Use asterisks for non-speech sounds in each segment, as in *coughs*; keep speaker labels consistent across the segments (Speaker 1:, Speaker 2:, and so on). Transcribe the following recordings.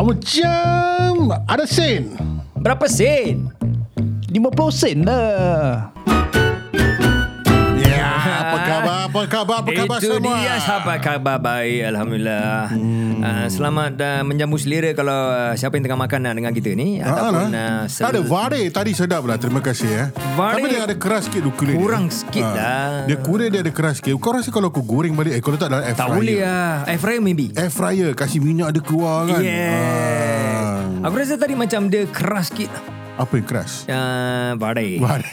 Speaker 1: Macam ada sen.
Speaker 2: Berapa sen?
Speaker 3: 50 sen lah
Speaker 1: Ya, apa khabar? Apa khabar? Apa khabar
Speaker 2: Itu
Speaker 1: semua?
Speaker 2: dia sahabat khabar baik Alhamdulillah hmm. uh, Selamat uh, menjamu selera Kalau uh, siapa yang tengah makan uh, dengan kita ni
Speaker 1: Ha,
Speaker 2: Ataupun
Speaker 1: nah.
Speaker 2: uh,
Speaker 1: Tak ada vare tadi sedap lah Terima kasih ya
Speaker 2: Vare-
Speaker 1: Tapi dia ada keras sikit dia kulit
Speaker 2: Kurang
Speaker 1: dia.
Speaker 2: sikit
Speaker 1: Ah.
Speaker 2: lah.
Speaker 1: Dia kulit dia ada keras sikit Kau rasa kalau aku goreng balik eh, Kalau tak dalam air
Speaker 2: Tak
Speaker 1: fryer
Speaker 2: boleh lah Air fryer maybe
Speaker 1: Air fryer Kasih minyak dia keluar kan
Speaker 2: Yes
Speaker 1: Ah.
Speaker 2: Aku rasa tadi macam dia keras sikit
Speaker 1: Apa yang keras?
Speaker 2: uh, Badai *laughs*
Speaker 1: Vare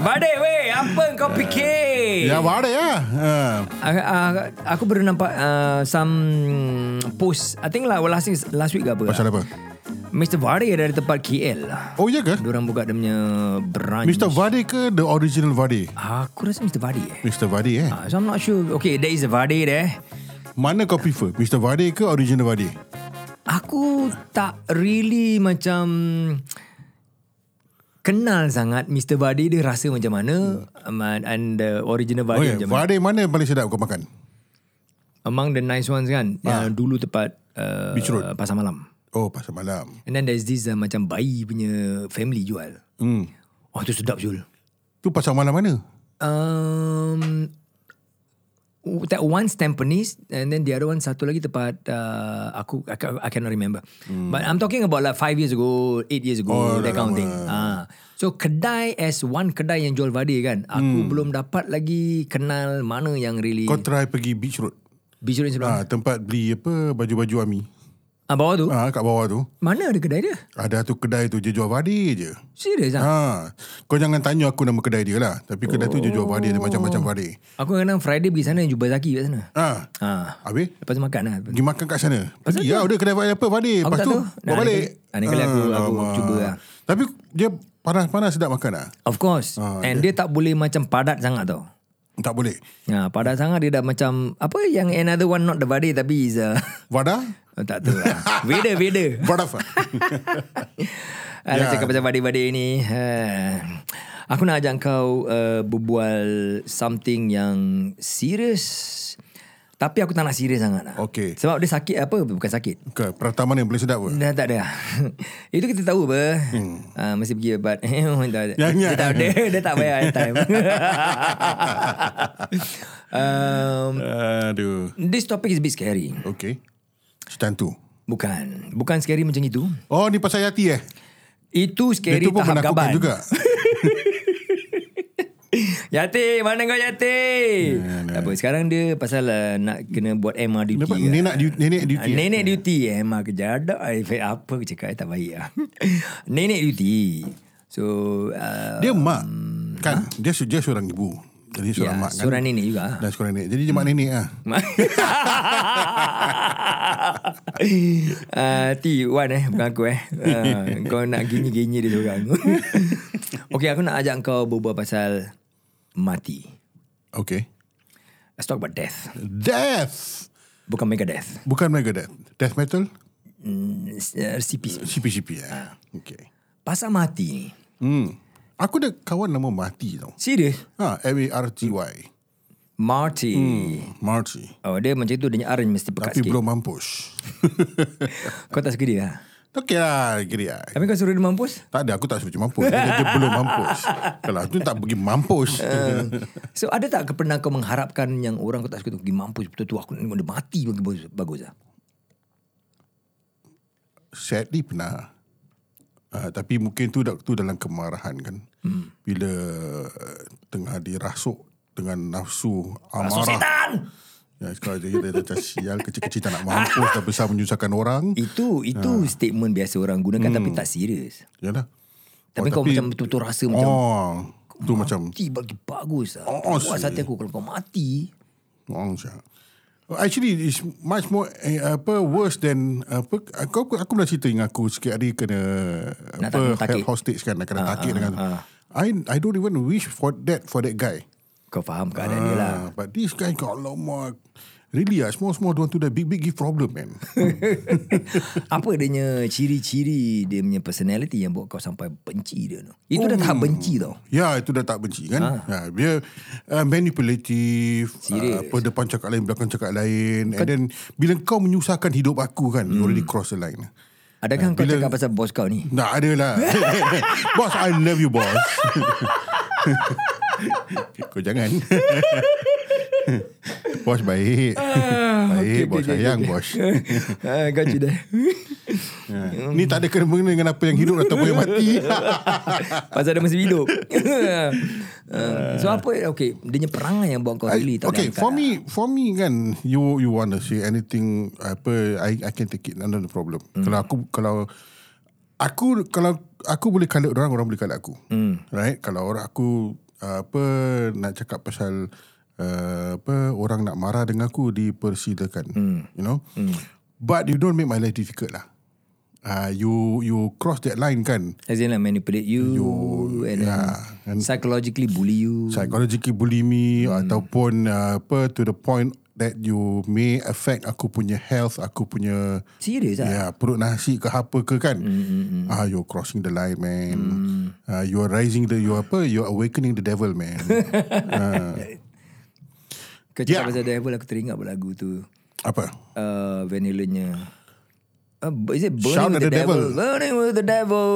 Speaker 2: Badai weh Apa kau fikir
Speaker 1: Ya vare ya Ah.
Speaker 2: Aku, aku baru nampak uh, some post. I think lah last week, last week ke apa.
Speaker 1: Pasal apa?
Speaker 2: Mr. Vare dari tempat KL lah.
Speaker 1: Oh ya ke?
Speaker 2: Diorang buka dia punya branch.
Speaker 1: Mr. Vade ke the original Vade?
Speaker 2: Aku rasa Mr. Vare eh.
Speaker 1: Mr. Vade eh
Speaker 2: Ah, so I'm not sure. Okay, there is a Vare there.
Speaker 1: Mana kau prefer? Mr. Vade ke original Vade?
Speaker 2: Aku tak really macam kenal sangat Mr. Vade dia rasa macam mana um, and the original
Speaker 1: Hmm.
Speaker 2: Vade
Speaker 1: Oh ya,
Speaker 2: macam mana.
Speaker 1: Vade mana yang paling sedap kau makan?
Speaker 2: Among the nice ones kan. Yang dulu tempat uh,
Speaker 1: Ah. Beach Road.
Speaker 2: Pasar Malam.
Speaker 1: Oh pasal malam
Speaker 2: And then there's this uh, macam bayi punya family jual.
Speaker 1: Hmm
Speaker 2: Oh tu sedap Jul.
Speaker 1: Tu pasal malam mana?
Speaker 2: Um, w- that one's Tampines and then the other one satu lagi tempat uh, aku I, ca- I cannot remember. Hmm. But I'm talking about like five years ago, eight years ago, oh, that kind of thing. Ah. So kedai as one kedai yang jual vade kan. Aku hmm. belum dapat lagi kenal mana yang really
Speaker 1: Kau try pergi Beach Road
Speaker 2: visual sebelah.
Speaker 1: ah, Tempat beli apa Baju-baju Ami
Speaker 2: Ah bawah tu.
Speaker 1: ah, Kat bawah tu
Speaker 2: Mana ada kedai dia?
Speaker 1: Ada tu kedai tu Dia jual vade je
Speaker 2: Serius ah.
Speaker 1: ha. Kau jangan tanya aku nama kedai dia lah Tapi kedai tu dia jual vade
Speaker 2: Oh.
Speaker 1: Dia macam-macam vade
Speaker 2: Aku kadang Friday pergi sana jumpa Zaki kat sana.
Speaker 1: ha.
Speaker 2: Ah.
Speaker 1: Habis
Speaker 2: Lepas tu makan lah.
Speaker 1: Pergi makan kat sana Pergi lah Udah kedai vade apa vade
Speaker 2: Aku
Speaker 1: Lepas
Speaker 2: tak
Speaker 1: tu
Speaker 2: tahu.
Speaker 1: Bawa
Speaker 2: Nah,
Speaker 1: balik
Speaker 2: lain kali- lain kali aku- aku
Speaker 1: alamak.
Speaker 2: cuba lah.
Speaker 1: Tapi dia panas-panas sedap makan lah
Speaker 2: Of course. And dia tak boleh macam padat sangat tau.
Speaker 1: Tak boleh
Speaker 2: Ya, padat sangat dia dah macam apa yang another one not the body tapi is a *laughs*
Speaker 1: Vada
Speaker 2: tak
Speaker 1: *laughs*
Speaker 2: tahu lah. Beda beda.
Speaker 1: Vada fa- Ya.
Speaker 2: Alah cakap pasal badai-badai ni. Ha. Aku nak ajak kau uh, berbual something yang serious tapi aku tak nak serius sangat lah.
Speaker 1: Okey.
Speaker 2: Sebab dia sakit apa bukan sakit.
Speaker 1: Ke, Pertama ni boleh sedap ke?
Speaker 2: Dah tak ada. lah. *laughs* Itu kita tahu apa. Hmm. Uh, mesti pergi ubat. tak
Speaker 1: Yang-
Speaker 2: ada. *laughs*
Speaker 1: lah.
Speaker 2: Dia
Speaker 1: yang-
Speaker 2: tak ada. Dia tak
Speaker 1: *laughs*
Speaker 2: payah time. um,
Speaker 1: Aduh
Speaker 2: *laughs* this topic is a bit scary.
Speaker 1: Okay Macam tu
Speaker 2: Bukan. Bukan scary macam itu.
Speaker 1: Oh ni pasal Yati eh Dia
Speaker 2: Itu scary
Speaker 1: tu pun
Speaker 2: tahap
Speaker 1: menakutkan
Speaker 2: gaban.
Speaker 1: juga
Speaker 2: Yati, mana kau Yati?
Speaker 1: Ya,
Speaker 2: tak apa, sekarang dia pasal uh, nak kena buat MR duty.
Speaker 1: Dapat
Speaker 2: lah.
Speaker 1: nenek duty, nenek duty eh?
Speaker 2: Nenek duty eh Mak kerja ada eh, Apa aku cakap eh, Tak baik lah *laughs* Nenek duty So uh,
Speaker 1: Dia mak Kan Dia su- dia seorang ibu Jadi seorang
Speaker 2: Ya,
Speaker 1: mak kan
Speaker 2: seorang nenek Hmm. juga. *laughs*
Speaker 1: Dan seorang nenek Jadi dia mak nenek lah
Speaker 2: uh, T Wan eh Bukan aku eh uh, Kau nak gini-gini dia seorang *laughs* Okay aku nak ajak kau Berbual pasal Mati
Speaker 1: Okay
Speaker 2: Let's talk about death
Speaker 1: Death
Speaker 2: Bukan mega death
Speaker 1: Bukan Megadeth Death metal
Speaker 2: mm, uh, CP
Speaker 1: CP-CP eh Okay
Speaker 2: Pasal mati
Speaker 1: hmm. Aku ada kawan nama Mati tau
Speaker 2: Serius
Speaker 1: Ha M-A-R-T-Y
Speaker 2: Marty
Speaker 1: Marty
Speaker 2: Oh dia macam tu Dia punya arrange mesti
Speaker 1: Hmm.
Speaker 2: pekat
Speaker 1: Tapi
Speaker 2: sikit
Speaker 1: belum mampus
Speaker 2: Kau tak suka dia lah
Speaker 1: Okay lah Kira lah
Speaker 2: Tapi kau suruh dia mampus
Speaker 1: *laughs* tak ada, aku tak suruh dia mampus. Dia, dia belum mampus. Kalau tu tak pergi mampus.
Speaker 2: Eh, So ada tak ke- pernah kau mengharapkan Yang orang kau tak suka tu Pergi mampus betul-betul Aku nak dia mati bagus, bagus lah
Speaker 1: sadly pernah. Uh, tapi mungkin tu dak- tu dalam kemarahan kan. Hmm. Bila uh, tengah dirasuk dengan nafsu
Speaker 2: So
Speaker 1: amarah.
Speaker 2: setan
Speaker 1: Ya, sekarang je kita macam sial kecil-kecil tak nak mampus dah besar menyusahkan orang.
Speaker 2: Itu
Speaker 1: Ah.
Speaker 2: itu statement biasa orang gunakan
Speaker 1: Hmm.
Speaker 2: Tapi tak serius
Speaker 1: Yalah.
Speaker 2: Tapi kau macam betul-betul rasa macam
Speaker 1: Ya oh, tu macam
Speaker 2: Mati bagi bagus lah
Speaker 1: Oh,
Speaker 2: Puas hati aku Kalau kau mati
Speaker 1: Orang siap. Actually it's much more eh, apa worse than apa aku aku, aku pernah cerita dengan aku sikit hari kena
Speaker 2: Nak Ah, tak-
Speaker 1: apa
Speaker 2: nak takik.
Speaker 1: held hostage kan kena takik dengan tu. I I don't even wish for that for that guy.
Speaker 2: Kau faham keadaan dia lah
Speaker 1: Ah, but this guy got a lot more Really ah, small small don't want to die. Big big give problem man.
Speaker 2: Apa adanya ciri-ciri dia punya personality yang buat kau sampai benci dia tu. Itu dah
Speaker 1: Oh.
Speaker 2: tahap benci tau.
Speaker 1: ya itu dah tak benci kan. Ha.
Speaker 2: Ah.
Speaker 1: dia uh, manipulative. Uh, pada depan cakap lain, belakang cakap lain. And then bila kau menyusahkan hidup aku kan, you
Speaker 2: Hmm.
Speaker 1: already cross the line. Ah,
Speaker 2: Adakah kau cakap pasal bos kau
Speaker 1: *laughs*
Speaker 2: ni?
Speaker 1: Nah, ada lah. boss, I love you, boss. *laughs* Kau jangan. *laughs* boss baik. baik,
Speaker 2: okay,
Speaker 1: boss
Speaker 2: okay, okay,
Speaker 1: sayang,
Speaker 2: okay.
Speaker 1: boss. eh,
Speaker 2: Ah, Kau sudah.
Speaker 1: Ha. Ni tak ada kena-mengena dengan apa yang hidup ataupun yang mati.
Speaker 2: *laughs*
Speaker 1: *laughs*
Speaker 2: Pasal dia masih hidup. *laughs* Ah, so apa okay, dia punya perangai yang buat kau really tak
Speaker 1: okay,
Speaker 2: diangkat
Speaker 1: for
Speaker 2: lah.
Speaker 1: me, for me kan, you you want to say anything, apa, I I can take it, none of the problem.
Speaker 2: Hmm.
Speaker 1: Kalau aku, kalau aku kalau aku boleh kalah orang, orang boleh kalah aku.
Speaker 2: Hmm.
Speaker 1: Right? Kalau orang aku uh, apa nak cakap pasal uh, apa orang nak marah dengan aku dipersilakan.
Speaker 2: Hmm.
Speaker 1: You know? But you don't make my life difficult lah. Uh, you you cross that line kan.
Speaker 2: As in like manipulate you, and
Speaker 1: ya, yeah,
Speaker 2: then psychologically bully you.
Speaker 1: psychologically bully me hmm. ataupun uh, apa to the point that you may affect aku punya health, aku punya
Speaker 2: Serius
Speaker 1: ya
Speaker 2: lah.
Speaker 1: yeah, perut nasi ke apa ke kan.
Speaker 2: Hmm,
Speaker 1: Ah you're crossing the line man. Ah you're rising the you apa you're awakening the devil
Speaker 2: *laughs*
Speaker 1: man.
Speaker 2: Kau cakap
Speaker 1: Yeah.
Speaker 2: pasal devil aku teringat pula lagu tu.
Speaker 1: apa?
Speaker 2: Uh, vanillanya. Uh, is it Burning
Speaker 1: Shout
Speaker 2: with
Speaker 1: at
Speaker 2: the,
Speaker 1: the
Speaker 2: devil?
Speaker 1: Devil. Uh.
Speaker 2: Burning with the Devil.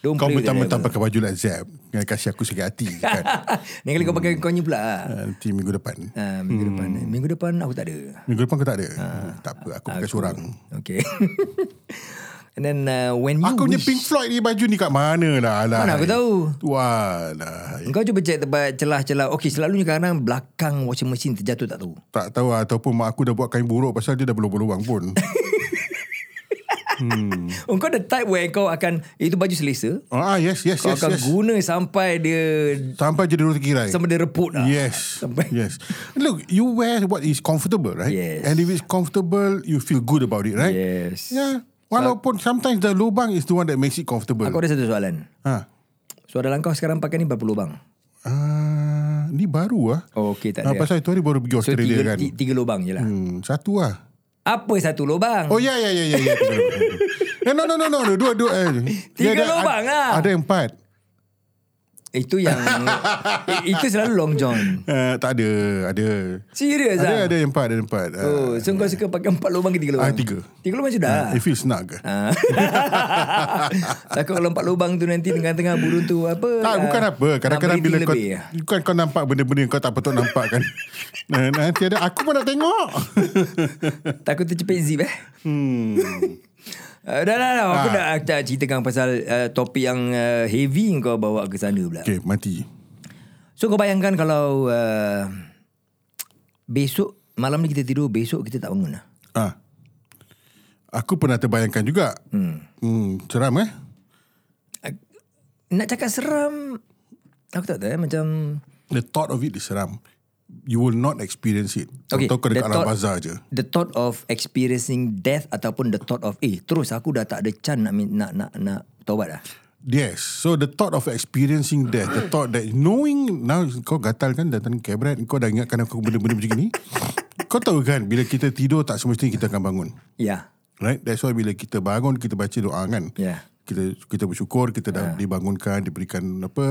Speaker 2: Don't
Speaker 1: Kau
Speaker 2: play with the
Speaker 1: mentang-mentang
Speaker 2: devil.
Speaker 1: pakai baju lah Zab. Dengan kasih aku sakit
Speaker 2: *laughs*
Speaker 1: hati je kan.
Speaker 2: Ni kali kau pakai kau ni pula. ah.
Speaker 1: Ah, Nanti minggu depan.
Speaker 2: Ah,
Speaker 1: Hmm.
Speaker 2: minggu depan. Minggu depan aku tak ada.
Speaker 1: Minggu depan kau tak ada?
Speaker 2: Ah,
Speaker 1: tak apa, aku pakai seorang.
Speaker 2: Okay. *laughs* And then uh, when you
Speaker 1: Aku punya
Speaker 2: wish,
Speaker 1: Pink Floyd ni baju ni kat mana lah. Alai.
Speaker 2: Mana aku tahu?
Speaker 1: Walah.
Speaker 2: kau cuba cek tempat celah-celah. Okay, selalunya kadang belakang washing machine terjatuh tak tahu.
Speaker 1: Tak tahu lah, Ataupun mak aku dah buat kain buruk Pasal dia dah berlubang-lubang
Speaker 2: *laughs*
Speaker 1: pun
Speaker 2: Oh, kau the type where kau akan, itu baju selesa.
Speaker 1: Ah yes yes
Speaker 2: Kau
Speaker 1: yes,
Speaker 2: akan
Speaker 1: yes.
Speaker 2: guna sampai dia,
Speaker 1: Sampai jadi roti kirai
Speaker 2: sampai dia reput lah.
Speaker 1: Yes
Speaker 2: Sampai
Speaker 1: Yes Look you wear what is comfortable right
Speaker 2: Yes.
Speaker 1: And if it's comfortable You feel good about it right
Speaker 2: Yes.
Speaker 1: Yeah Walaupun sometimes the lubang is the one that makes it comfortable
Speaker 2: Aku ada satu soalan.
Speaker 1: ha.
Speaker 2: Soalan kau sekarang pakai ni berapa lubang?
Speaker 1: Ah, ni baru ah.
Speaker 2: Oh, okay, tak
Speaker 1: Ah,
Speaker 2: ada.
Speaker 1: pasal itu hari baru pergi
Speaker 2: So,
Speaker 1: Australia
Speaker 2: tiga,
Speaker 1: kan.
Speaker 2: ti- tiga lubang je lah.
Speaker 1: Hmm, satu lah.
Speaker 2: Apa satu lubang?
Speaker 1: Oh ya ya ya ya ya. Eh no no no no dua dua eh.
Speaker 2: Tiga
Speaker 1: Dia ada-
Speaker 2: lubang lah.
Speaker 1: Ada empat. *laughs*
Speaker 2: Itu yang... i- itu selalu long john.
Speaker 1: Eh, tak ada, ada.
Speaker 2: Serius
Speaker 1: Ada
Speaker 2: lah?
Speaker 1: ada yang empat Ada yang empat uh,
Speaker 2: Oh, so kau suka pakai empat lubang ke tiga
Speaker 1: Ah,
Speaker 2: lubang?
Speaker 1: tiga.
Speaker 2: Tiga lubang sudah
Speaker 1: *laughs*
Speaker 2: lah.
Speaker 1: It feels snug uh,
Speaker 2: Ah. Takut kalau empat lubang tu nanti tengah-tengah burung tu apa?
Speaker 1: Tak
Speaker 2: ah,
Speaker 1: bukan apa Kadang-kadang
Speaker 2: nak
Speaker 1: bila
Speaker 2: breathing
Speaker 1: kau
Speaker 2: lebih ah.
Speaker 1: Bukan kau nampak benda-benda Yang kau tak patut nampak
Speaker 2: *laughs*
Speaker 1: kan nah, Nanti ada Aku pun nak tengok
Speaker 2: Takut tercepit zip eh.
Speaker 1: Hmm.
Speaker 2: *laughs* Uh, dah dah dah Aku
Speaker 1: Ah.
Speaker 2: nak, nak ceritakan pasal uh, Topik yang uh, heavy Kau bawa ke sana pula
Speaker 1: Okay mati
Speaker 2: So kau bayangkan kalau uh, Besok Malam ni kita tidur Besok kita tak bangun lah
Speaker 1: ah. Aku pernah terbayangkan juga hmm. Hmm, Seram eh
Speaker 2: Nak cakap seram Aku tak tahu eh Macam
Speaker 1: The thought of it is seram You will not experience it
Speaker 2: Okay,
Speaker 1: Contoh kau dekat
Speaker 2: the
Speaker 1: alam
Speaker 2: thought-
Speaker 1: bazar je
Speaker 2: The thought of experiencing death Ataupun the thought of Eh terus aku dah tak ada chance Nak min- nak nak, nak taubat lah
Speaker 1: Yes So the thought of experiencing death The thought that Knowing Now kau gatal kan Datang kabret Kau dah ingatkan aku Benda-benda macam ni *laughs* Kau tahu kan Bila kita tidur Tak semestinya kita akan bangun
Speaker 2: Ya
Speaker 1: Right That's why bila kita bangun Kita baca doa kan
Speaker 2: Ya.
Speaker 1: Kita kita bersyukur Kita dah dibangunkan Diberikan apa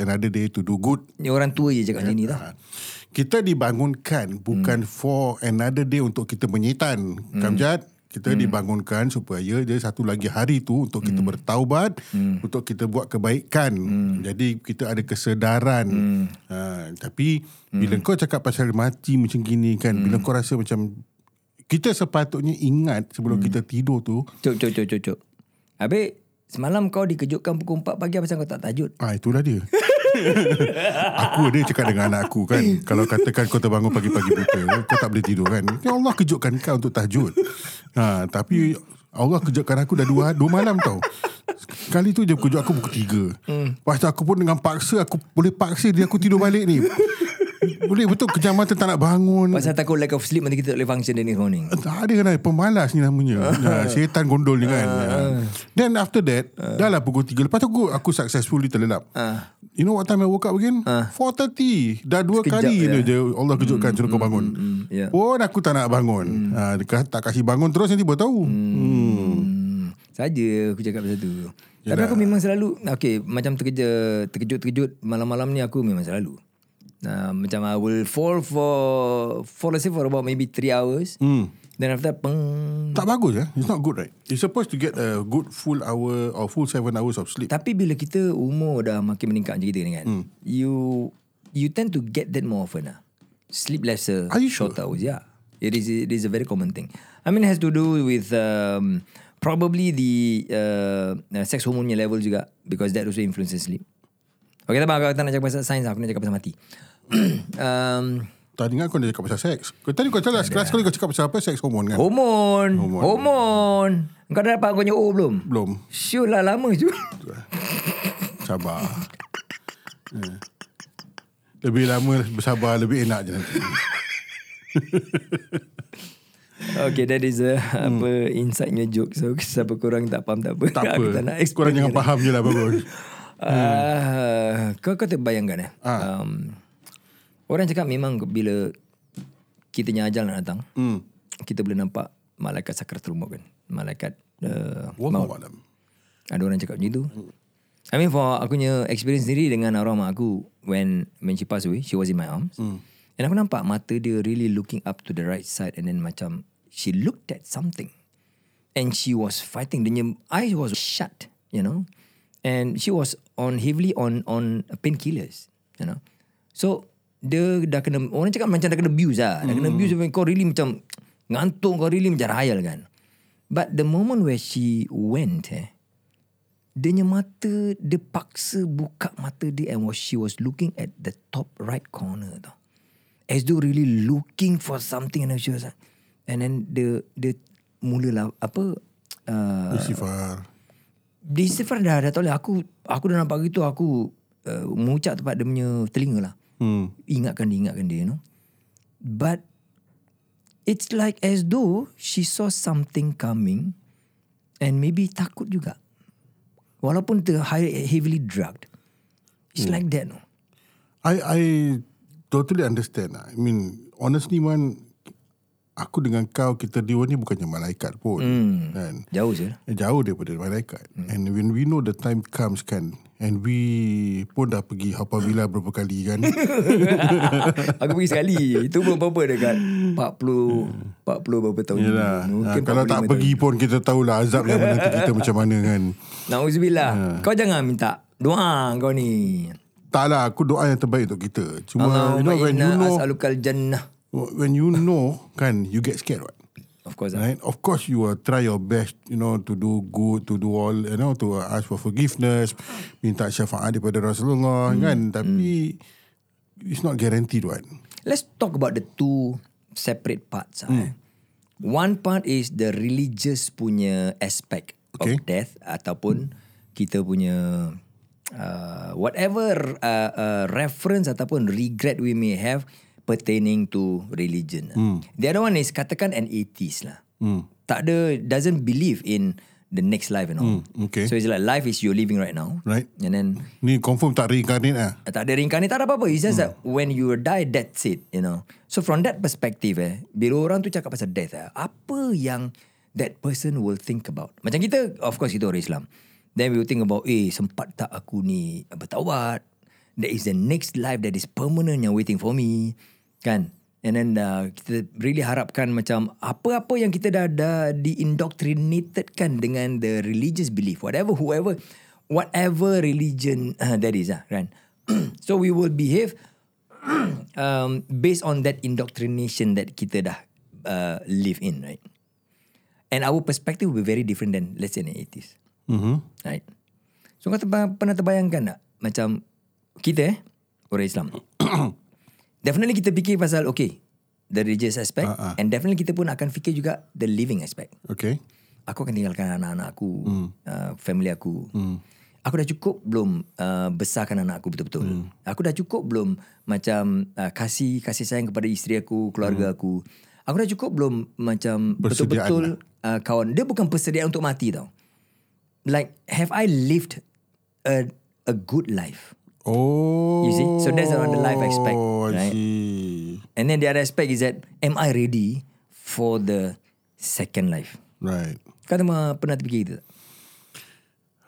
Speaker 1: Another day to do good
Speaker 2: Ni orang tua je cakap macam ni tau
Speaker 1: Ha. Kita dibangunkan bukan for another day untuk kita menyetan. Kamjat, kita dibangunkan supaya dia satu lagi hari tu untuk kita bertaubat, untuk kita buat kebaikan. Jadi kita ada kesedaran. Ha, tapi bila kau cakap pasal mati macam gini kan, bila kau rasa macam kita sepatutnya ingat sebelum kita tidur tu,
Speaker 2: Cuk, cuk, cuk, cuk, cuk. Habis, semalam kau dikejutkan pukul 4 pagi pasal kau tak tajud.
Speaker 1: Ah itulah dia. *laughs* aku ada cakap dengan anak aku kan. Kalau katakan kau terbangun pagi-pagi buta, kau tak boleh tidur kan. Ya Allah kejutkan kau untuk tahajud. Ha, tapi Allah kejutkan aku dah dua, dua malam tau. Kali tu dia kejut aku pukul tiga. Hmm. Lepas tu aku pun dengan paksa, aku boleh paksa dia aku tidur balik ni. Boleh betul kejam mata tak nak bangun.
Speaker 2: Pasal takut lack of sleep Nanti kita tak boleh function Dari morning
Speaker 1: Tak ada kan Pemalas ni *laughs* namanya ha, Syaitan gondol ni kan Then after that Dah lah pukul 3 Lepas tu aku, aku successfully terlelap You know what time I woke up again? 4.30 Dah dua
Speaker 2: Sekejap
Speaker 1: kali Ah. je
Speaker 2: je.
Speaker 1: lah. Hmm, dia Allah kejutkan Suruh kau bangun
Speaker 2: ya.
Speaker 1: Pun aku tak nak bangun ha, dia kata, Tak kasih bangun terus Nanti baru tahu hmm.
Speaker 2: Hmm, saja aku cakap pasal tu. Tapi aku memang selalu okay, macam terkeja terkejut-terkejut malam-malam ni aku memang selalu. Uh, macam I will fall for for let's say for about maybe 3 hours. Hmm. Then after that, peng.
Speaker 1: Tak bagus eh It's not good right You're supposed to get a good full hour Or full 7 hours of sleep
Speaker 2: Tapi bila kita umur dah makin meningkat macam kita ni kan. Hmm. You you tend to get that more often lah. Sleep lesser,
Speaker 1: Are you
Speaker 2: short hours, yeah. It is it is a very common thing. I mean it has to do with um, probably the uh, uh, sex hormone punya level juga because that also influences sleep. Okay, tak apa. Aku tak nak cakap pasal sains. Aku nak cakap pasal mati. *clears throat* um,
Speaker 1: Tak ingat kan kau nak cakap pasal seks Kau tadi kau cakap Last kali kau cakap pasal apa Seks hormon kan
Speaker 2: hormon. Hormon. hormon. Kau dah dapat kau punya O belum?
Speaker 1: Belum
Speaker 2: Sure lah, lama je.
Speaker 1: Sabar. Eh. Lebih lama bersabar lebih enak je nanti.
Speaker 2: Okay that is a hmm. Apa Insightnya joke So siapa korang tak faham Tak apa
Speaker 1: Tak apa.
Speaker 2: Aku tak nak explain
Speaker 1: Korang jangan faham je lah bagus.
Speaker 2: uh, Kau kau terbayangkan eh
Speaker 1: Ah.
Speaker 2: um, Orang cakap memang Bila Kita nyajal nak datang
Speaker 1: Hmm.
Speaker 2: Kita boleh nampak Malaikat sakratul maut kan Malaikat uh,
Speaker 1: Wallahu alam.
Speaker 2: ada orang cakap macam tu. I mean for aku punya experience sendiri dengan arwah mak aku when when she passed away, she was in my arms. Mm. And aku nampak mata dia really looking up to the right side and then macam she looked at something. And she was fighting. Dia punya eyes was shut, you know. And she was on heavily on on painkillers, you know. So dia dah kena orang cakap macam dah kena abuse lah. Dah kena abuse sampai kau really macam ngantuk kau really macam rayal kan. But the moment where she went eh, dia punya mata dia paksa buka mata dia and was she was looking at the top right corner tau. As though really looking for something and then she was like, and then the the mulalah apa uh,
Speaker 1: Istighfar.
Speaker 2: di Istighfar dah dah tahu lah aku aku dah nampak gitu aku uh, mengucap tempat dia punya telinga lah.
Speaker 1: Hmm.
Speaker 2: Ingatkan dia ingatkan dia you know. But it's like as though she saw something coming and maybe takut juga. Walaupun ter heavily drugged. It's
Speaker 1: Hmm.
Speaker 2: like that no.
Speaker 1: I I totally understand. lah. I mean honestly man aku dengan kau kita dua ni bukannya malaikat pun hmm. kan.
Speaker 2: Jauh je
Speaker 1: *laughs*
Speaker 2: lah.
Speaker 1: Jauh daripada malaikat hmm. And when we know the time comes kan And we pun dah pergi Hapa Bila berapa kali kan
Speaker 2: Aku pergi sekali. Itu belum apa-apa dekat 40 40 berapa tahun.
Speaker 1: Yelah.
Speaker 2: dulu.
Speaker 1: Ha, kalau
Speaker 2: 45
Speaker 1: tak
Speaker 2: tahun
Speaker 1: pergi pun kita tahulah azab yang menanti kita macam mana kan.
Speaker 2: Nauzubillah.
Speaker 1: Ah.
Speaker 2: Kau jangan minta doa kau ni.
Speaker 1: Tak lah, aku doa yang terbaik untuk kita. Cuma
Speaker 2: Uh,
Speaker 1: you know when kan, you
Speaker 2: inna
Speaker 1: know
Speaker 2: as'alukal jannah.
Speaker 1: when you know kan you get scared what.
Speaker 2: Of course. ah. Right.
Speaker 1: Right? Of course you will try your best you know to do good, to do all you know to ask for forgiveness, minta syafaat daripada Rasulullah
Speaker 2: Hmm,
Speaker 1: kan tapi it's not guaranteed what.
Speaker 2: Let's talk about the two separate parts. Mm. Eh.
Speaker 1: Hmm.
Speaker 2: One part is the religious punya aspect
Speaker 1: Okay.
Speaker 2: okay. of death ataupun kita punya uh, whatever uh, uh, reference ataupun regret we may have pertaining to religion.
Speaker 1: Hmm.
Speaker 2: Mm. The other one is katakan an atheist lah. Mm. Tak ada doesn't believe in the next life and all.
Speaker 1: Mm, okay.
Speaker 2: So it's like life is you're living right now.
Speaker 1: Right.
Speaker 2: And then
Speaker 1: Ni confirm tak reincarnate ah.
Speaker 2: Tak ada reincarnate, tak ada apa-apa. It's just that when you die, that's it, you know. So from that perspective eh, bila orang tu cakap pasal death eh, apa yang that person will think about? Macam kita, of course kita orang Islam. Then we will think about, eh sempat tak aku ni bertawad? There is the next life that is permanent yang waiting for me. Kan? And then uh, kita really harapkan macam apa-apa yang kita dah, dah diindoctrinated kan dengan the religious belief. Whatever, whoever, whatever religion uh, that is lah kan. *clears throat* so we will behave *clears throat* um, based on that indoctrination that kita dah uh, live in right. And our perspective will be very different than let's say in the 80s.
Speaker 1: Mhm.
Speaker 2: Right. So kau terba- pernah terbayangkan tak macam kita eh orang Islam. definitely kita fikir pasal okay the religious aspect uh-uh. and definitely kita pun akan fikir juga the living aspect.
Speaker 1: Okay.
Speaker 2: Hmm. Aku akan tinggalkan anak-anak aku, mm. uh, family aku. Mm. aku dah cukup belum uh, besarkan anak aku betul-betul. Hmm. Aku dah cukup belum macam uh, kasih kasih sayang kepada isteri aku, keluarga hmm. aku. Aku dah cukup belum macam
Speaker 1: Persediaan
Speaker 2: betul-betul uh, kawan. Dia bukan persediaan untuk mati tau. Like have I lived a a good life?
Speaker 1: Oh.
Speaker 2: You see? So that's around the life aspect,
Speaker 1: Oh, I
Speaker 2: right?
Speaker 1: see.
Speaker 2: And then the other aspect is that am I ready for the second life?
Speaker 1: Right.
Speaker 2: Kau pernah pernah terfikir itu tak?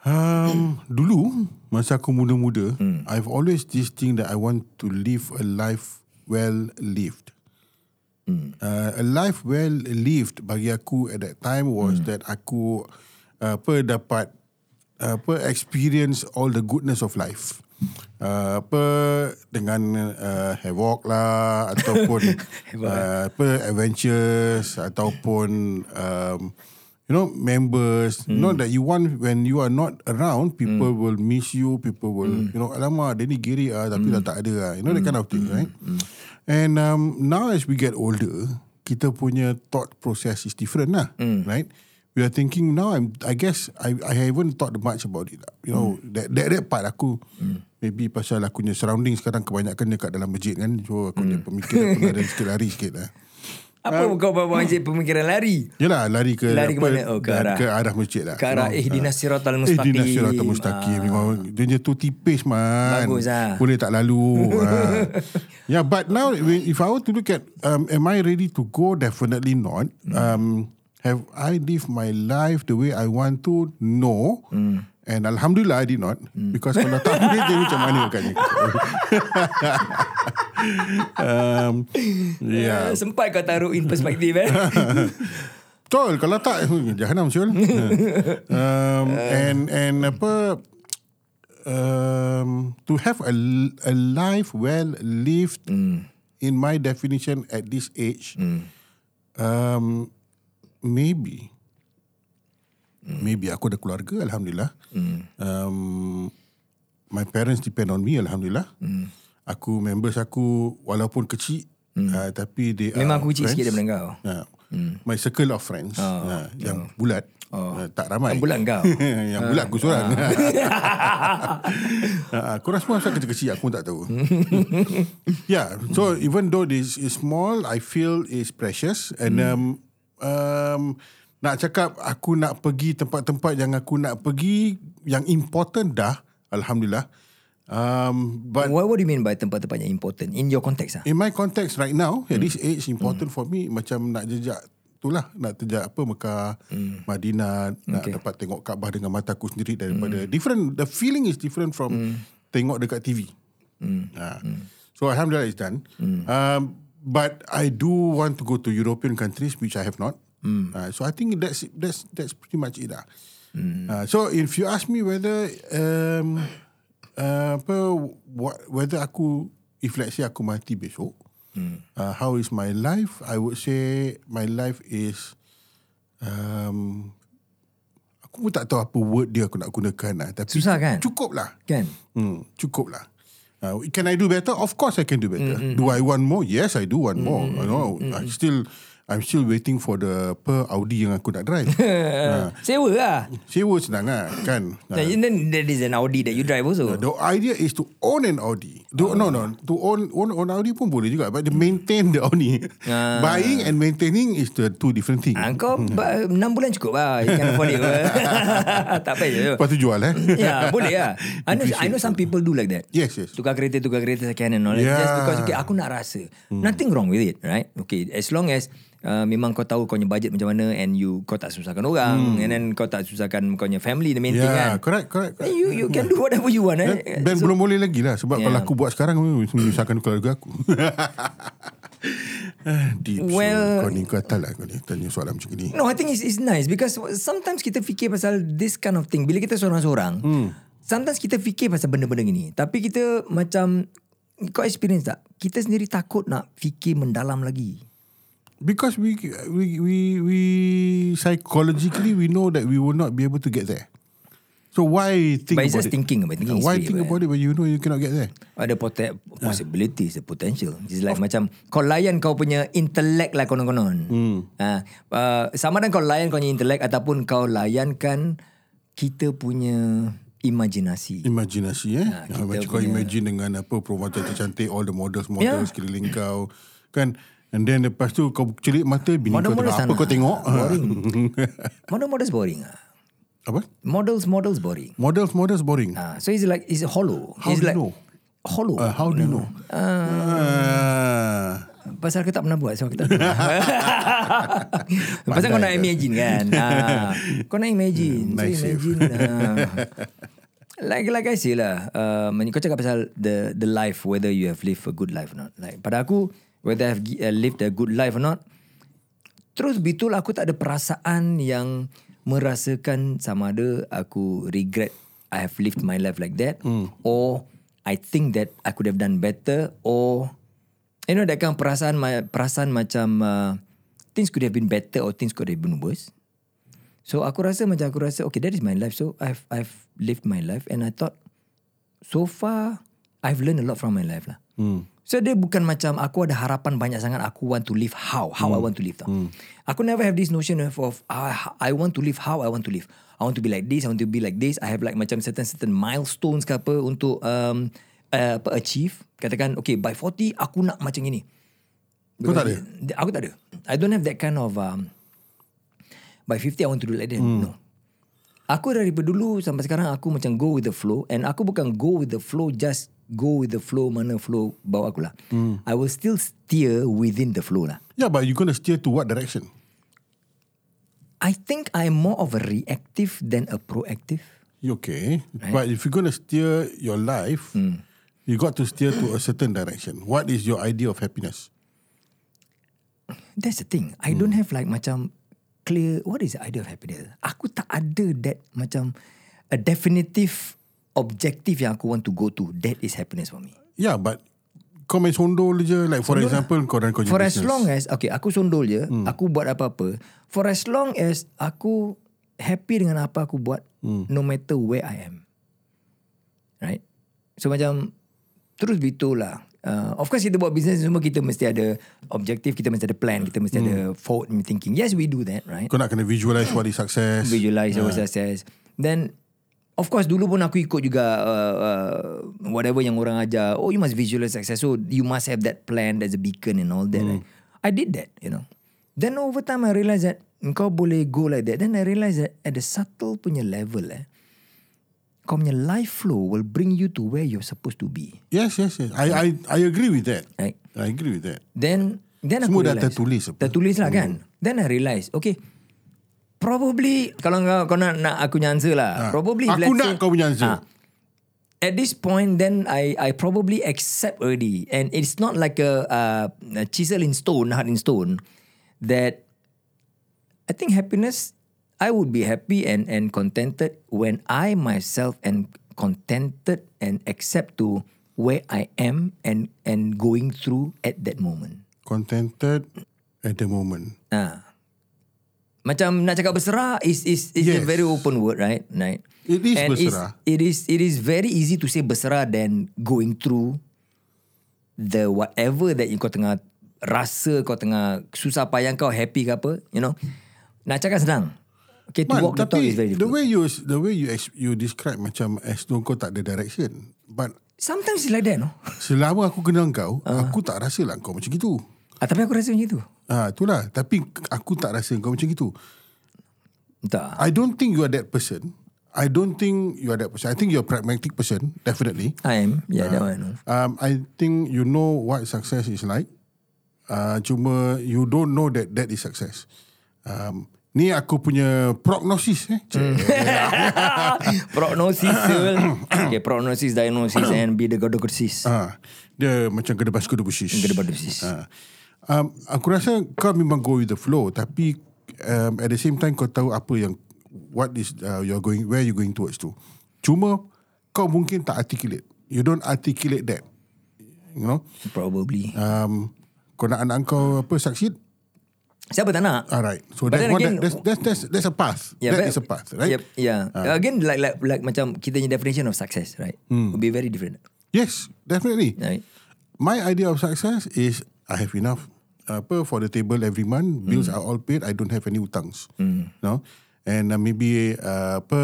Speaker 1: Um, dulu masa aku muda-muda, I've always this thing that I want to live a life well lived. Uh, a life well lived bagi aku at that time was that aku uh, apa dapat uh, apa experience all the goodness of life. Uh, apa dengan uh, havoc lah ataupun uh, apa adventures ataupun um, you know members you
Speaker 2: Hmm.
Speaker 1: know that you want when you are not around people will miss you people will
Speaker 2: Hmm.
Speaker 1: you know alamak dia ni giri ah tapi dah tak ada ah you know that kind of thing
Speaker 2: Hmm.
Speaker 1: right and um, now as we get older kita punya thought process is different lah
Speaker 2: Hmm.
Speaker 1: right we are thinking now I'm, I guess I I haven't thought much about it lah. you know
Speaker 2: Hmm.
Speaker 1: that, that that part aku maybe pasal aku punya surrounding sekarang kebanyakan dekat dalam masjid kan so aku punya
Speaker 2: Hmm.
Speaker 1: pemikiran pun ada sikit lari sikit lah
Speaker 2: Apa kau bawa je pemikiran lari?
Speaker 1: Yalah lari ke
Speaker 2: Lari ke
Speaker 1: apa,
Speaker 2: mana? Oh, ke
Speaker 1: lari
Speaker 2: arah-
Speaker 1: ke arah masjid lah.
Speaker 2: ke arah ihdinas siratal mustaqim.
Speaker 1: Ihdinas siratal Eh, mustaqim. Memang Dia je tu tipis man.
Speaker 2: Ah. Bagus, ah.
Speaker 1: Boleh tak
Speaker 2: *laughs*
Speaker 1: lalu. ha. Yeah, but now when- if I were to look at um, am I ready to go? Definitely not.
Speaker 2: Hmm.
Speaker 1: Um, have I lived my life the way I want to? No.
Speaker 2: Hmm.
Speaker 1: And Alhamdulillah I did not Because kalau tak *laughs* boleh Jadi macam mana kan
Speaker 2: *laughs*
Speaker 1: um, Yeah
Speaker 2: Uh, sempat kau taruh in perspektif
Speaker 1: *laughs*
Speaker 2: eh.
Speaker 1: Betul kalau tak eh, jahanam
Speaker 2: *laughs*
Speaker 1: siul. um, and and apa um, to have a, a life well lived
Speaker 2: Hmm.
Speaker 1: in my definition at this age um, maybe maybe aku ada keluarga alhamdulillah.
Speaker 2: Hmm.
Speaker 1: Um, my parents depend on me alhamdulillah.
Speaker 2: Hmm.
Speaker 1: Aku members aku walaupun kecil uh, tapi they
Speaker 2: Hmm. Memang
Speaker 1: are
Speaker 2: aku kecil
Speaker 1: friends.
Speaker 2: sikit daripada kau.
Speaker 1: Ha.
Speaker 2: Hmm.
Speaker 1: My circle of friends oh, ha. Yang bulat oh. Tak ramai
Speaker 2: Ha. Yang bulat kau.
Speaker 1: *laughs* Yang bulat aku seorang
Speaker 2: *laughs*
Speaker 1: ha. Korang semua asal kecil-kecil Aku pun tak tahu *laughs* Yeah So even though this is small I feel is precious And
Speaker 2: Hmm.
Speaker 1: um, um, Nak cakap Aku nak pergi tempat-tempat Yang aku nak pergi Yang important dah Alhamdulillah um, But
Speaker 2: What, what do you mean by tempat-tempat yang important? In your context ah.
Speaker 1: In my context right now, at this age, important for me macam nak jejak itulah nak jejak apa Mekah, Madinah, nak dapat tengok Kaabah dengan mata aku sendiri daripada different. The feeling is different from tengok dekat TV.
Speaker 2: Hmm.
Speaker 1: Ha. So alhamdulillah it's done. Um, but I do want to go to European countries which I have not.
Speaker 2: Hmm.
Speaker 1: Uh, so I think that's that's that's pretty much it lah.
Speaker 2: Hmm.
Speaker 1: Uh, so if you ask me whether um, uh, apa what, whether aku if let's say aku mati besok,
Speaker 2: Hmm.
Speaker 1: uh, how is my life? I would say my life is um, aku pun tak tahu apa word dia aku nak gunakan lah. Tapi
Speaker 2: Susah kan?
Speaker 1: Cukup lah.
Speaker 2: Kan?
Speaker 1: Hmm, cukup lah. Uh, can I do better? Of course I can do better. Do I want more? Yes, I do want more. You know, I still I'm still waiting for the per Audi yang aku nak
Speaker 2: *laughs*
Speaker 1: drive. uh,
Speaker 2: Sewa lah.
Speaker 1: sewa senang lah, kan? Ah,
Speaker 2: And then there is an Audi that you drive also.
Speaker 1: The idea is to own an Audi. Do, No, no. To own, own own Audi pun boleh juga. But to
Speaker 2: Mm.
Speaker 1: maintain the Audi. Buying and maintaining is the two different things.
Speaker 2: Ah, Kau 6 bulan cukup lah. You can
Speaker 1: *laughs*
Speaker 2: afford it. tak apa *laughs* je.
Speaker 1: Lepas tu jual eh.
Speaker 2: Ya, boleh lah. I know, I know some people do like that.
Speaker 1: Yes, yes.
Speaker 2: Tukar kereta, tukar kereta second and all that.
Speaker 1: Yeah. Hmm.
Speaker 2: Just because, okay, aku nak rasa. Nothing wrong with it, right? Okay, as long as uh, memang kau tahu kau punya budget macam mana and you kau tak susahkan orang and then kau tak susahkan kau punya family the main thing kan.
Speaker 1: Hmm. Yeah, Ya, correct, correct.
Speaker 2: Then
Speaker 1: correct.
Speaker 2: You you can do whatever you want.
Speaker 1: Dan,
Speaker 2: Eh? Ya.
Speaker 1: dan so, belum boleh lagi lah Sebab
Speaker 2: Yeah.
Speaker 1: yeah. kalau aku buat sekarang hmm, Menyusahkan keluarga aku *laughs* Ah, Deep
Speaker 2: Well-
Speaker 1: well, Kau ni kau tak lah Kau ni tanya soalan macam ni
Speaker 2: No, I think it's, it's nice because sometimes kita fikir pasal this kind of thing. Bila kita seorang-seorang, hmm. sometimes kita fikir pasal benda-benda gini. Tapi kita macam, kau experience tak? Kita sendiri takut nak fikir mendalam lagi.
Speaker 1: Because we we we we psychologically we know that we will not be able to get there. So why think
Speaker 2: But
Speaker 1: about
Speaker 2: it's just
Speaker 1: it?
Speaker 2: thinking about it. Thinking is
Speaker 1: why
Speaker 2: great,
Speaker 1: think
Speaker 2: right?
Speaker 1: about it when you know you cannot get there?
Speaker 2: Ada pot-
Speaker 1: Ah.
Speaker 2: possibilities, ada potential. It's like macam kau layan kau punya intellect lah konon-konon. Hmm. Ha, uh, sama dengan kau layan kau punya intellect ataupun kau layankan kita punya
Speaker 1: *laughs*
Speaker 2: imajinasi.
Speaker 1: Imajinasi eh
Speaker 2: Ah,
Speaker 1: ha,
Speaker 2: kita
Speaker 1: Macam kau
Speaker 2: punya-
Speaker 1: imagine dengan apa Perempuan cantik-cantik All the models-models
Speaker 2: Yeah.
Speaker 1: yeah. Keliling kau Kan And then lepas tu Kau celik mata Bini kau tengok
Speaker 2: Model-model
Speaker 1: Apa
Speaker 2: sana.
Speaker 1: kau tengok ha.
Speaker 2: Boring. Model-models boring ah.
Speaker 1: *laughs* Apa
Speaker 2: Models-models boring.
Speaker 1: Models-models boring
Speaker 2: Ah, so it's like it's hollow.
Speaker 1: How
Speaker 2: it's
Speaker 1: do you
Speaker 2: like
Speaker 1: know?
Speaker 2: hollow.
Speaker 1: uh, How do you know uh.
Speaker 2: Ah. Pasal aku tak pernah buat so aku
Speaker 1: *laughs*
Speaker 2: tak tahu. Pasal kau nak
Speaker 1: Pandai kau.
Speaker 2: imagine kan.
Speaker 1: *laughs*
Speaker 2: Ah, kau nak imagine. so
Speaker 1: nice save.
Speaker 2: imagine.
Speaker 1: *laughs*
Speaker 2: ah. like like I say lah. Uh, kau cakap pasal the the life whether you have lived a good life or not. Like pada aku whether I have gi- uh, lived a good life or not. Terus betul aku tak ada perasaan yang merasakan sama ada aku regret I have lived my life like that or I think that I could have done better or you know that kind of perasaan ma- perasaan macam uh, things could have been better or things could have been worse. So aku rasa macam aku rasa okay that is my life so I've I've lived my life and I thought so far I've learned a lot from my life lah. Hmm. So dia bukan macam aku ada harapan banyak sangat aku want to live how how I want to live tau. Hmm. Aku never have this notion of, of I, I want to live how I want to live. I want to be like this, I want to be like this. I have like macam certain certain milestones ke apa untuk um, uh, apa achieve. Katakan okay by 40 aku nak macam ini.
Speaker 1: Kau tak ada?
Speaker 2: Aku tak ada. I don't have that kind of um, by 50 I want to do like that. No. Aku daripada dulu sampai sekarang aku macam go with the flow and aku bukan go with the flow just go with the flow mana flow bawa aku lah. I will still steer within the flow lah.
Speaker 1: Yeah but you gonna steer to what direction
Speaker 2: I think I'm more of a reactive than a proactive.
Speaker 1: You okay But if you're gonna steer Your life
Speaker 2: Hmm.
Speaker 1: You got to steer to a certain direction What is your idea of happiness
Speaker 2: That's the thing. I don't have like macam clear what is the idea of happiness. Aku tak ada that macam a definitive objective yang aku want to go to. That is happiness for me.
Speaker 1: Yeah but Kau main sondol je Like for example Kau dan kau je
Speaker 2: lah. For as
Speaker 1: business.
Speaker 2: long as Okay aku sondol je hmm. Aku buat apa-apa For as long as Aku Happy dengan apa aku buat hmm. No matter where I am Right So macam Terus betul lah uh, Of course kita buat business Semua kita mesti ada Objektif Kita mesti ada plan Kita mesti hmm. ada Forward thinking Yes we do that right
Speaker 1: Kau nak kena visualize What is success
Speaker 2: visualize our success. Then of course dulu pun aku ikut juga uh, uh, whatever yang orang ajar. Oh you must visualize success. So you must have that plan as a beacon and all that. Right? I did that, you know. Then over time I realised that kau boleh go like that. Then I realised that at the subtle punya level eh, kau punya life flow will bring you to where you're supposed to be.
Speaker 1: Yes, yes, yes. I, I, I agree with that.
Speaker 2: Right?
Speaker 1: I agree with that.
Speaker 2: Then then aku
Speaker 1: Semua dah
Speaker 2: realise.
Speaker 1: tertulis apa. Oh.
Speaker 2: Tertulis lah kan. Then I realise, okay, probably kalau kau, kau nak, nak aku punya answer lah.
Speaker 1: Ah,
Speaker 2: Probably
Speaker 1: aku
Speaker 2: let's
Speaker 1: nak
Speaker 2: say-
Speaker 1: kau punya answer.
Speaker 2: Ah. at this point, then I I probably accept already, and it's not like a, uh, a chisel in stone, hard in stone, that I think happiness. I would be happy and and contented when I myself am contented and accept to where I am and and going through at that moment.
Speaker 1: Contented at the moment.
Speaker 2: Ah. Macam nak cakap berserah is is is a
Speaker 1: Yes.
Speaker 2: very open word, right? Right.
Speaker 1: It is
Speaker 2: And it's-
Speaker 1: berserah.
Speaker 2: It is it is very easy to say berserah than going through the whatever that you kau tengah rasa kau tengah susah payah kau happy ke apa, you know. Nak cakap senang. Okay, to
Speaker 1: Man,
Speaker 2: walk the talk
Speaker 1: tapi
Speaker 2: is very
Speaker 1: the
Speaker 2: difficult.
Speaker 1: way you the way you ex- you describe macam as though kau tak ada direction. But
Speaker 2: Sometimes it's like that, no?
Speaker 1: selama aku kenal kau, aku tak rasa lah kau macam gitu.
Speaker 2: Ah, tapi aku rasa macam itu.
Speaker 1: Ah, itulah. Tapi aku tak rasa kau macam gitu.
Speaker 2: Entah.
Speaker 1: I don't think you are that person. I don't think you are that person. I think you're a pragmatic person, definitely.
Speaker 2: I am. Yeah, that one I know.
Speaker 1: Um, I think you know what success is like. Uh, cuma you don't know that that is success. Um, ni aku punya prognosis eh.
Speaker 2: Hmm.
Speaker 1: Cik.
Speaker 2: *laughs* prognosis.
Speaker 1: *coughs*
Speaker 2: Syul. okay, prognosis, diagnosis and bidagognosis.
Speaker 1: Ah, dia macam gedebas gedebusis.
Speaker 2: Gedebadosis.
Speaker 1: Ah. Um, aku rasa kau memang go with the flow tapi um, at the same time kau tahu apa yang what is uh, you're going where you going towards tu. Cuma kau mungkin tak articulate. You don't articulate that. You know?
Speaker 2: Probably.
Speaker 1: Um, kau nak anak kau apa succeed?
Speaker 2: Siapa tak nak?
Speaker 1: Alright. So that's
Speaker 2: But then
Speaker 1: one
Speaker 2: again-
Speaker 1: that, that's, that's that's that's a path. Yeah, Ah, that
Speaker 2: but-
Speaker 1: is a path, right? Ah.
Speaker 2: Yep, yeah. Uh, Again, like like like macam kita punya definition of success, right?
Speaker 1: Hmm.
Speaker 2: Would be very different,
Speaker 1: Yes, definitely.
Speaker 2: right?
Speaker 1: My idea of success is I have Hmm. enough apa for the table every month. Bills are all paid. I don't have any utangs. No. and uh, maybe uh, apa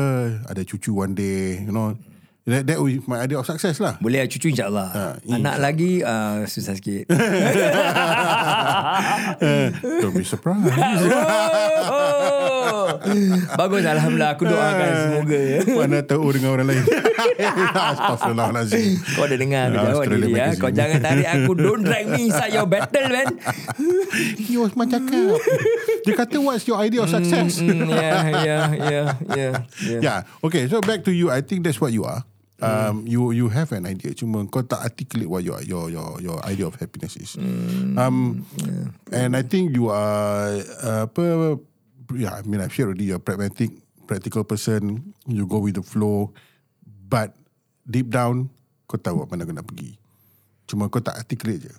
Speaker 1: ada cucu one day you know that that was my idea of success lah
Speaker 2: Boleh lah cucu insyaAllah Anak lagi uh, Susah
Speaker 1: *laughs*
Speaker 2: sikit
Speaker 1: *laughs* don't be *laughs* surprised
Speaker 2: oh, Bagus Alhamdulillah Aku doakan
Speaker 1: kan,
Speaker 2: semoga ya.
Speaker 1: *laughs* mana tahu dengan orang *laughs* lain Astaghfirullahalazim
Speaker 2: Kau dah dengar
Speaker 1: Ah,
Speaker 2: tu jawab
Speaker 1: Australia
Speaker 2: diri ya.
Speaker 1: magazine.
Speaker 2: Kau jangan tarik aku Don't drag me inside your battle man
Speaker 1: He was my cakap Dia kata what's your idea of success
Speaker 2: mm, Yeah Yeah Yeah Yeah, yeah.
Speaker 1: Yeah. Okay. So back to you. I think that's what you are. Um, you you have an idea. Cuma kau tak articulate what your your your your idea of happiness is. um, and I think you are uh, apa? Yeah. I mean, I've shared already. You're a pragmatic, practical person. You go with the flow, but deep down, kau tahu mana kau nak pergi. Cuma kau tak articulate je.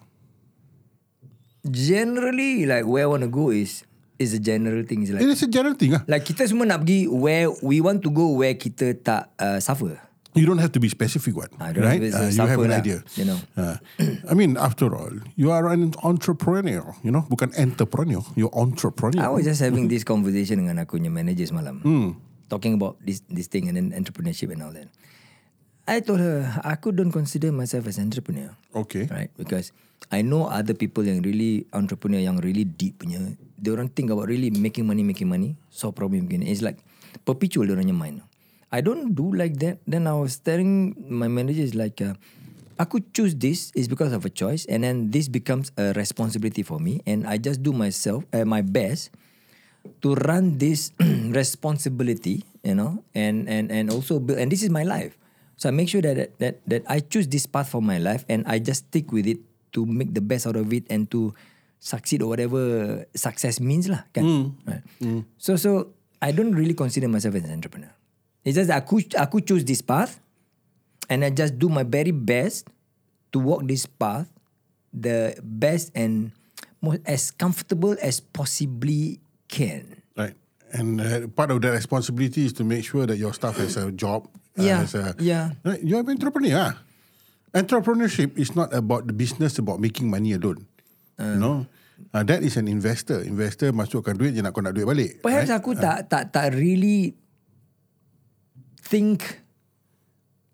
Speaker 2: Generally Like where I want to go is Is a general thing It's like
Speaker 1: It is a general thing lah.
Speaker 2: Like kita semua nak pergi Where We want to go Where kita tak uh, Suffer
Speaker 1: You don't have to be specific one,
Speaker 2: I don't
Speaker 1: right?
Speaker 2: have to be
Speaker 1: Uh, you
Speaker 2: siapa
Speaker 1: have an
Speaker 2: lah,
Speaker 1: idea.
Speaker 2: you know.
Speaker 1: Uh, I mean, after all, you are an entrepreneur. You know, bukan entrepreneur. You're entrepreneur.
Speaker 2: I was just having this conversation dengan aku punya manager semalam. Hmm. Talking about this this thing and then entrepreneurship and all that. I told her, aku don't consider myself as entrepreneur.
Speaker 1: okay.
Speaker 2: Right? Because I know other people yang really entrepreneur yang really deep punya. They orang think about really making money, making money. Solve problem begini. It's like perpetual dia orangnya mind. I don't do like that. Then I was telling my manager is like, uh, aku choose this is because of a choice, and then this becomes a responsibility for me, and I just do myself uh, my best to run this *clears throat* responsibility, you know, and and and also build. And this is my life, so I make sure that that that I choose this path for my life, and I just stick with it to make the best out of it and to succeed or whatever success means lah, kan? Right. So so I don't really consider myself as an entrepreneur. It's just that aku aku choose this path, and I just do my very best to walk this path the best and most as comfortable as possibly can.
Speaker 1: Right. And uh, part of that responsibility is to make sure that your staff has a job. uh,
Speaker 2: Yeah,
Speaker 1: has a-
Speaker 2: yeah.
Speaker 1: Right. You're an entrepreneur. ah. Entrepreneurship is not about the business, about making money alone. you know, uh, that is an investor. Investor masukkan duit je nak kau nak duit balik.
Speaker 2: Perhaps
Speaker 1: right? Uh.
Speaker 2: aku tak tak tak really think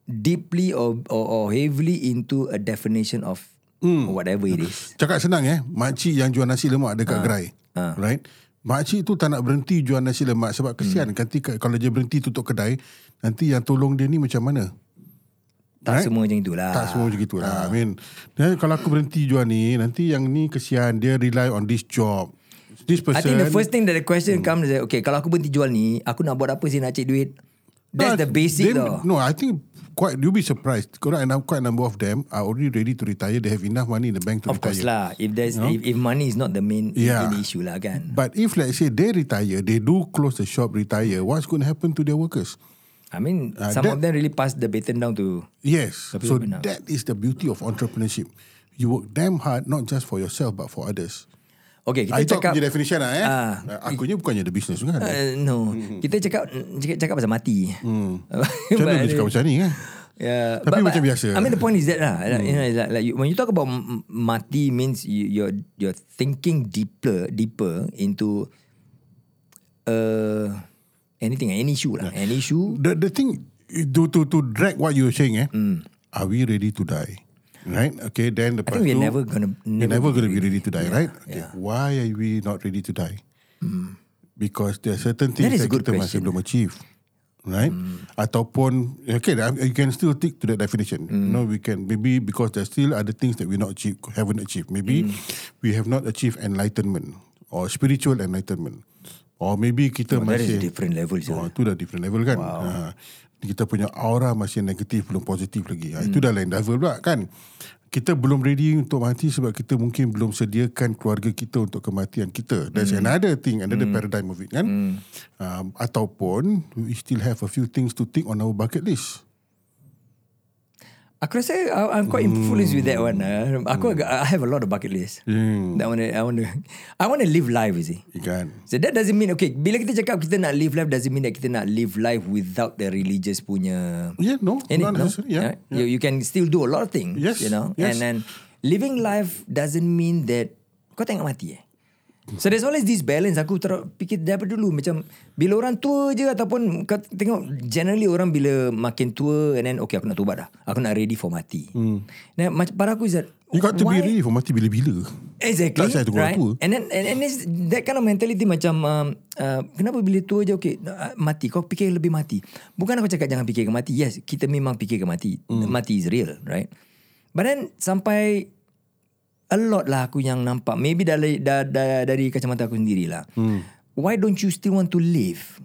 Speaker 2: deeply or or, or heavily into a definition of
Speaker 1: Hmm.
Speaker 2: whatever it is.
Speaker 1: Cakap senang eh Makcik yang jual nasi lemak
Speaker 2: Ha.
Speaker 1: Dekat gerai Right Makcik tu tak nak berhenti Jual nasi lemak Sebab
Speaker 2: Hmm.
Speaker 1: kesian Nanti ke- kalau dia berhenti Tutup kedai Nanti yang tolong dia ni Macam mana
Speaker 2: Tak
Speaker 1: Right.
Speaker 2: semua macam itulah.
Speaker 1: Tak semua macam gitulah
Speaker 2: Ah.
Speaker 1: I mean then, Kalau aku berhenti jual ni Nanti yang ni kesian Dia rely on this job This person Hmm.
Speaker 2: I think the first thing that the question comes is okay kalau aku berhenti jual ni aku nak buat apa sih nak cari duit? That's
Speaker 1: No,
Speaker 2: the
Speaker 1: them-
Speaker 2: basic though.
Speaker 1: No I think Quite you'll be surprised Correct and quite a number of them Are already ready to retire They have enough money in the bank to retire
Speaker 2: Of course lah. If there's if, if money is not the main
Speaker 1: Yeah.
Speaker 2: main issue lah kan.
Speaker 1: But if let's say They retire They do close the shop Retire What's going to happen to their workers
Speaker 2: I mean some
Speaker 1: that-
Speaker 2: of them really pass the baton down to
Speaker 1: Yes.
Speaker 2: Tapi
Speaker 1: so
Speaker 2: tak benar.
Speaker 1: that is the beauty of entrepreneurship. You work damn hard not just for yourself but for others.
Speaker 2: Okay,
Speaker 1: I
Speaker 2: kita
Speaker 1: talk
Speaker 2: cakap
Speaker 1: punya definition lah eh.
Speaker 2: Ah.
Speaker 1: Uh, akunya bukannya ada business kan. Uh,
Speaker 2: Uh, no. Kita cakap, cakap cakap pasal mati. *laughs* Hmm.
Speaker 1: macam mana boleh cakap macam ni kan?
Speaker 2: Yeah,
Speaker 1: Tapi macam biasa.
Speaker 2: Ya,
Speaker 1: Hmm.
Speaker 2: I mean the point is that lah. Like, You know, it's like, like you, when you talk about m- mati means you, you're you're thinking deeper deeper into uh, anything any issue lah. Any issue.
Speaker 1: The the thing to to to drag what you're saying eh.
Speaker 2: Hmm.
Speaker 1: Are we ready to die? Right? Okay, then the
Speaker 2: think we're never gonna-
Speaker 1: We're never
Speaker 2: never
Speaker 1: going to be ready to die, right? Okay. Why are we not ready to die? Because there are certain things
Speaker 2: Hmm. That is
Speaker 1: that,
Speaker 2: a good
Speaker 1: kita masih
Speaker 2: question. Hmm.
Speaker 1: belum achieve. Right? Ataupun okay, you can still stick to that definition. You
Speaker 2: Hmm.
Speaker 1: know, we can maybe because there's still other things that we not achieve, haven't achieved.
Speaker 2: Hmm.
Speaker 1: Maybe we have not achieved enlightenment or spiritual enlightenment. Or maybe kita
Speaker 2: That is
Speaker 1: masih
Speaker 2: a different level.
Speaker 1: Oh,
Speaker 2: So.
Speaker 1: itu dah different level kan. Wow. Ha. Kita punya aura masih negatif belum positif lagi. Ha,
Speaker 2: Hmm.
Speaker 1: itu dah lain level pula kan. Kita belum ready untuk mati sebab kita mungkin belum sediakan keluarga kita untuk kematian kita. That's
Speaker 2: Hmm.
Speaker 1: mm. another thing, another mm. paradigm of it kan. Mm. Um, ataupun we still have a few things to tick on our bucket list.
Speaker 2: Aku rasa I- I'm quite
Speaker 1: Hmm.
Speaker 2: influenced with that one. Uh. Aku agak, I have a lot of bucket list.
Speaker 1: Hmm.
Speaker 2: That one I want to *laughs* I want to live life, you see.
Speaker 1: Ya Kan?
Speaker 2: So that doesn't mean okay bila kita cakap kita nak live life doesn't mean that kita nak live life without the religious punya
Speaker 1: Yeah, no.
Speaker 2: in it,
Speaker 1: not
Speaker 2: no?
Speaker 1: necessary. Yeah. yeah.
Speaker 2: You, you can still do a lot of things
Speaker 1: Yes,
Speaker 2: you know
Speaker 1: yes.
Speaker 2: and then living life doesn't mean that kau tengok mati eh So there's always this balance Aku ter- fikir daripada dulu Macam Bila orang tua je Ataupun kau Tengok Generally orang bila Makin tua And then Okay aku nak tobat dah Aku nak ready for mati hmm. Nah, mac- pada aku is that
Speaker 1: You got to
Speaker 2: why-
Speaker 1: be ready for mati bila-bila.
Speaker 2: Exactly.
Speaker 1: Tak saya tunggu
Speaker 2: right?
Speaker 1: apa.
Speaker 2: And then and, and it's that kind of mentality macam um, uh, kenapa bila tua je okay uh, mati kau fikir lebih mati. Bukan aku cakap jangan fikir ke mati. Yes, kita memang fikir ke mati. Mm. Mati is real, right? But then sampai a lot lah aku yang nampak. Maybe dari da, da, dari kacamata aku sendiri lah. Mm. Why don't you still want to live?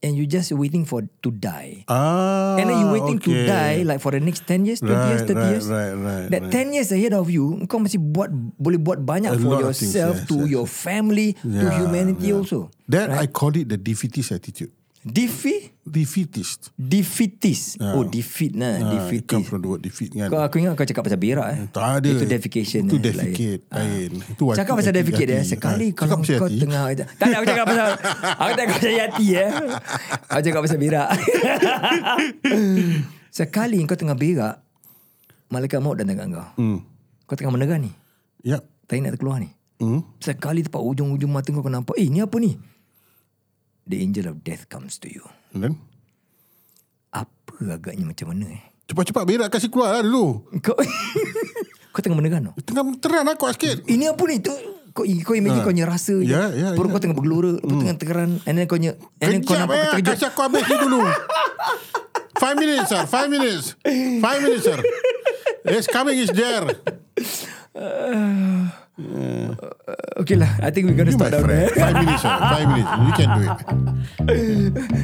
Speaker 2: And you just waiting for to die.
Speaker 1: Ah,
Speaker 2: And then you waiting
Speaker 1: okay.
Speaker 2: to die like for the next 10 years, 20 years,
Speaker 1: Right,
Speaker 2: 30
Speaker 1: right,
Speaker 2: years.
Speaker 1: right, right,
Speaker 2: That
Speaker 1: right.
Speaker 2: 10 years ahead of you, kau masih buat boleh buat banyak
Speaker 1: A
Speaker 2: for
Speaker 1: lot of things, yes,
Speaker 2: yourself, to
Speaker 1: yes,
Speaker 2: your family, to
Speaker 1: Yeah,
Speaker 2: humanity
Speaker 1: yeah.
Speaker 2: also.
Speaker 1: That I call it the defeatist attitude.
Speaker 2: Defi
Speaker 1: Defeatist.
Speaker 2: defeatist. Oh, defeat nah,
Speaker 1: Ah, it come
Speaker 2: defeatist.
Speaker 1: from the word defeat kan.
Speaker 2: Kau aku ingat kau cakap pasal berak eh.
Speaker 1: Tak ada.
Speaker 2: Itu defecation.
Speaker 1: Itu
Speaker 2: eh,
Speaker 1: defecate. Lain. Itu
Speaker 2: lain. Cakap pasal
Speaker 1: hati-
Speaker 2: defecate eh.
Speaker 1: hati.
Speaker 2: Sekali
Speaker 1: Ah, cakap
Speaker 2: kalau
Speaker 1: pasal
Speaker 2: kau
Speaker 1: hati.
Speaker 2: tengah Tak ada aku cakap pasal
Speaker 1: *laughs*
Speaker 2: Aku tak cakap pasal yati eh Aku cakap pasal
Speaker 1: *laughs*
Speaker 2: berak Sekali kau tengah berak Malaikat maut datang kat kau
Speaker 1: Hmm.
Speaker 2: Kau tengah menegar ni
Speaker 1: Yep.
Speaker 2: Tak nak terkeluar ni
Speaker 1: Hmm.
Speaker 2: Sekali tempat ujung-ujung mata kau kau nampak Eh ni apa ni The angel of death comes to you
Speaker 1: And then
Speaker 2: Apa agaknya macam mana eh
Speaker 1: cepat-cepat berak kasi keluar lah dulu.
Speaker 2: Kau *laughs* Kau tengah menegar no
Speaker 1: Tengah terang lah kuat sikit.
Speaker 2: Ini apa ni tu kau, kau imagine
Speaker 1: Ha.
Speaker 2: kau punya rasa je.
Speaker 1: Ya, ya, ya.
Speaker 2: Perut kau tengah bergelora Perut tengah tekeran And then kau punya And then kau
Speaker 1: Kejap
Speaker 2: nampak
Speaker 1: eh.
Speaker 2: kau terkejut
Speaker 1: Kasi aku habis ni dulu. Five minutes sir. Five minutes. Five minutes sir. It's coming is there.
Speaker 2: Okay lah I think we're gonna
Speaker 1: You my
Speaker 2: start down
Speaker 1: friend.
Speaker 2: there *laughs*
Speaker 1: Five minutes sir. Five minutes. You can do it.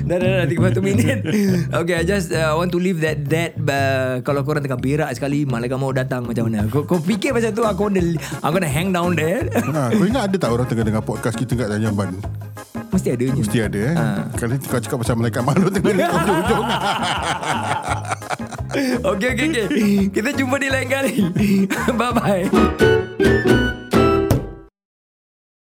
Speaker 2: Dah dah dah 31 minit *laughs* Okay I just uh, want to leave that That uh, Kalau korang tengah berak sekali Malaikat mau datang macam mana Kau, kau fikir pasal tu Aku gonna, I'm gonna hang down there *laughs*
Speaker 1: Ha, kau ingat ada tak orang tengah dengar podcast kita kat Tanjamban?
Speaker 2: Mesti ada je
Speaker 1: Mesti ada eh.
Speaker 2: Ah.
Speaker 1: Kali kau cakap pasal malaikat malu tengah
Speaker 2: *laughs*
Speaker 1: dengar hujung-hujung.
Speaker 2: *laughs* Okay okay okay Kita jumpa di lain kali Bye bye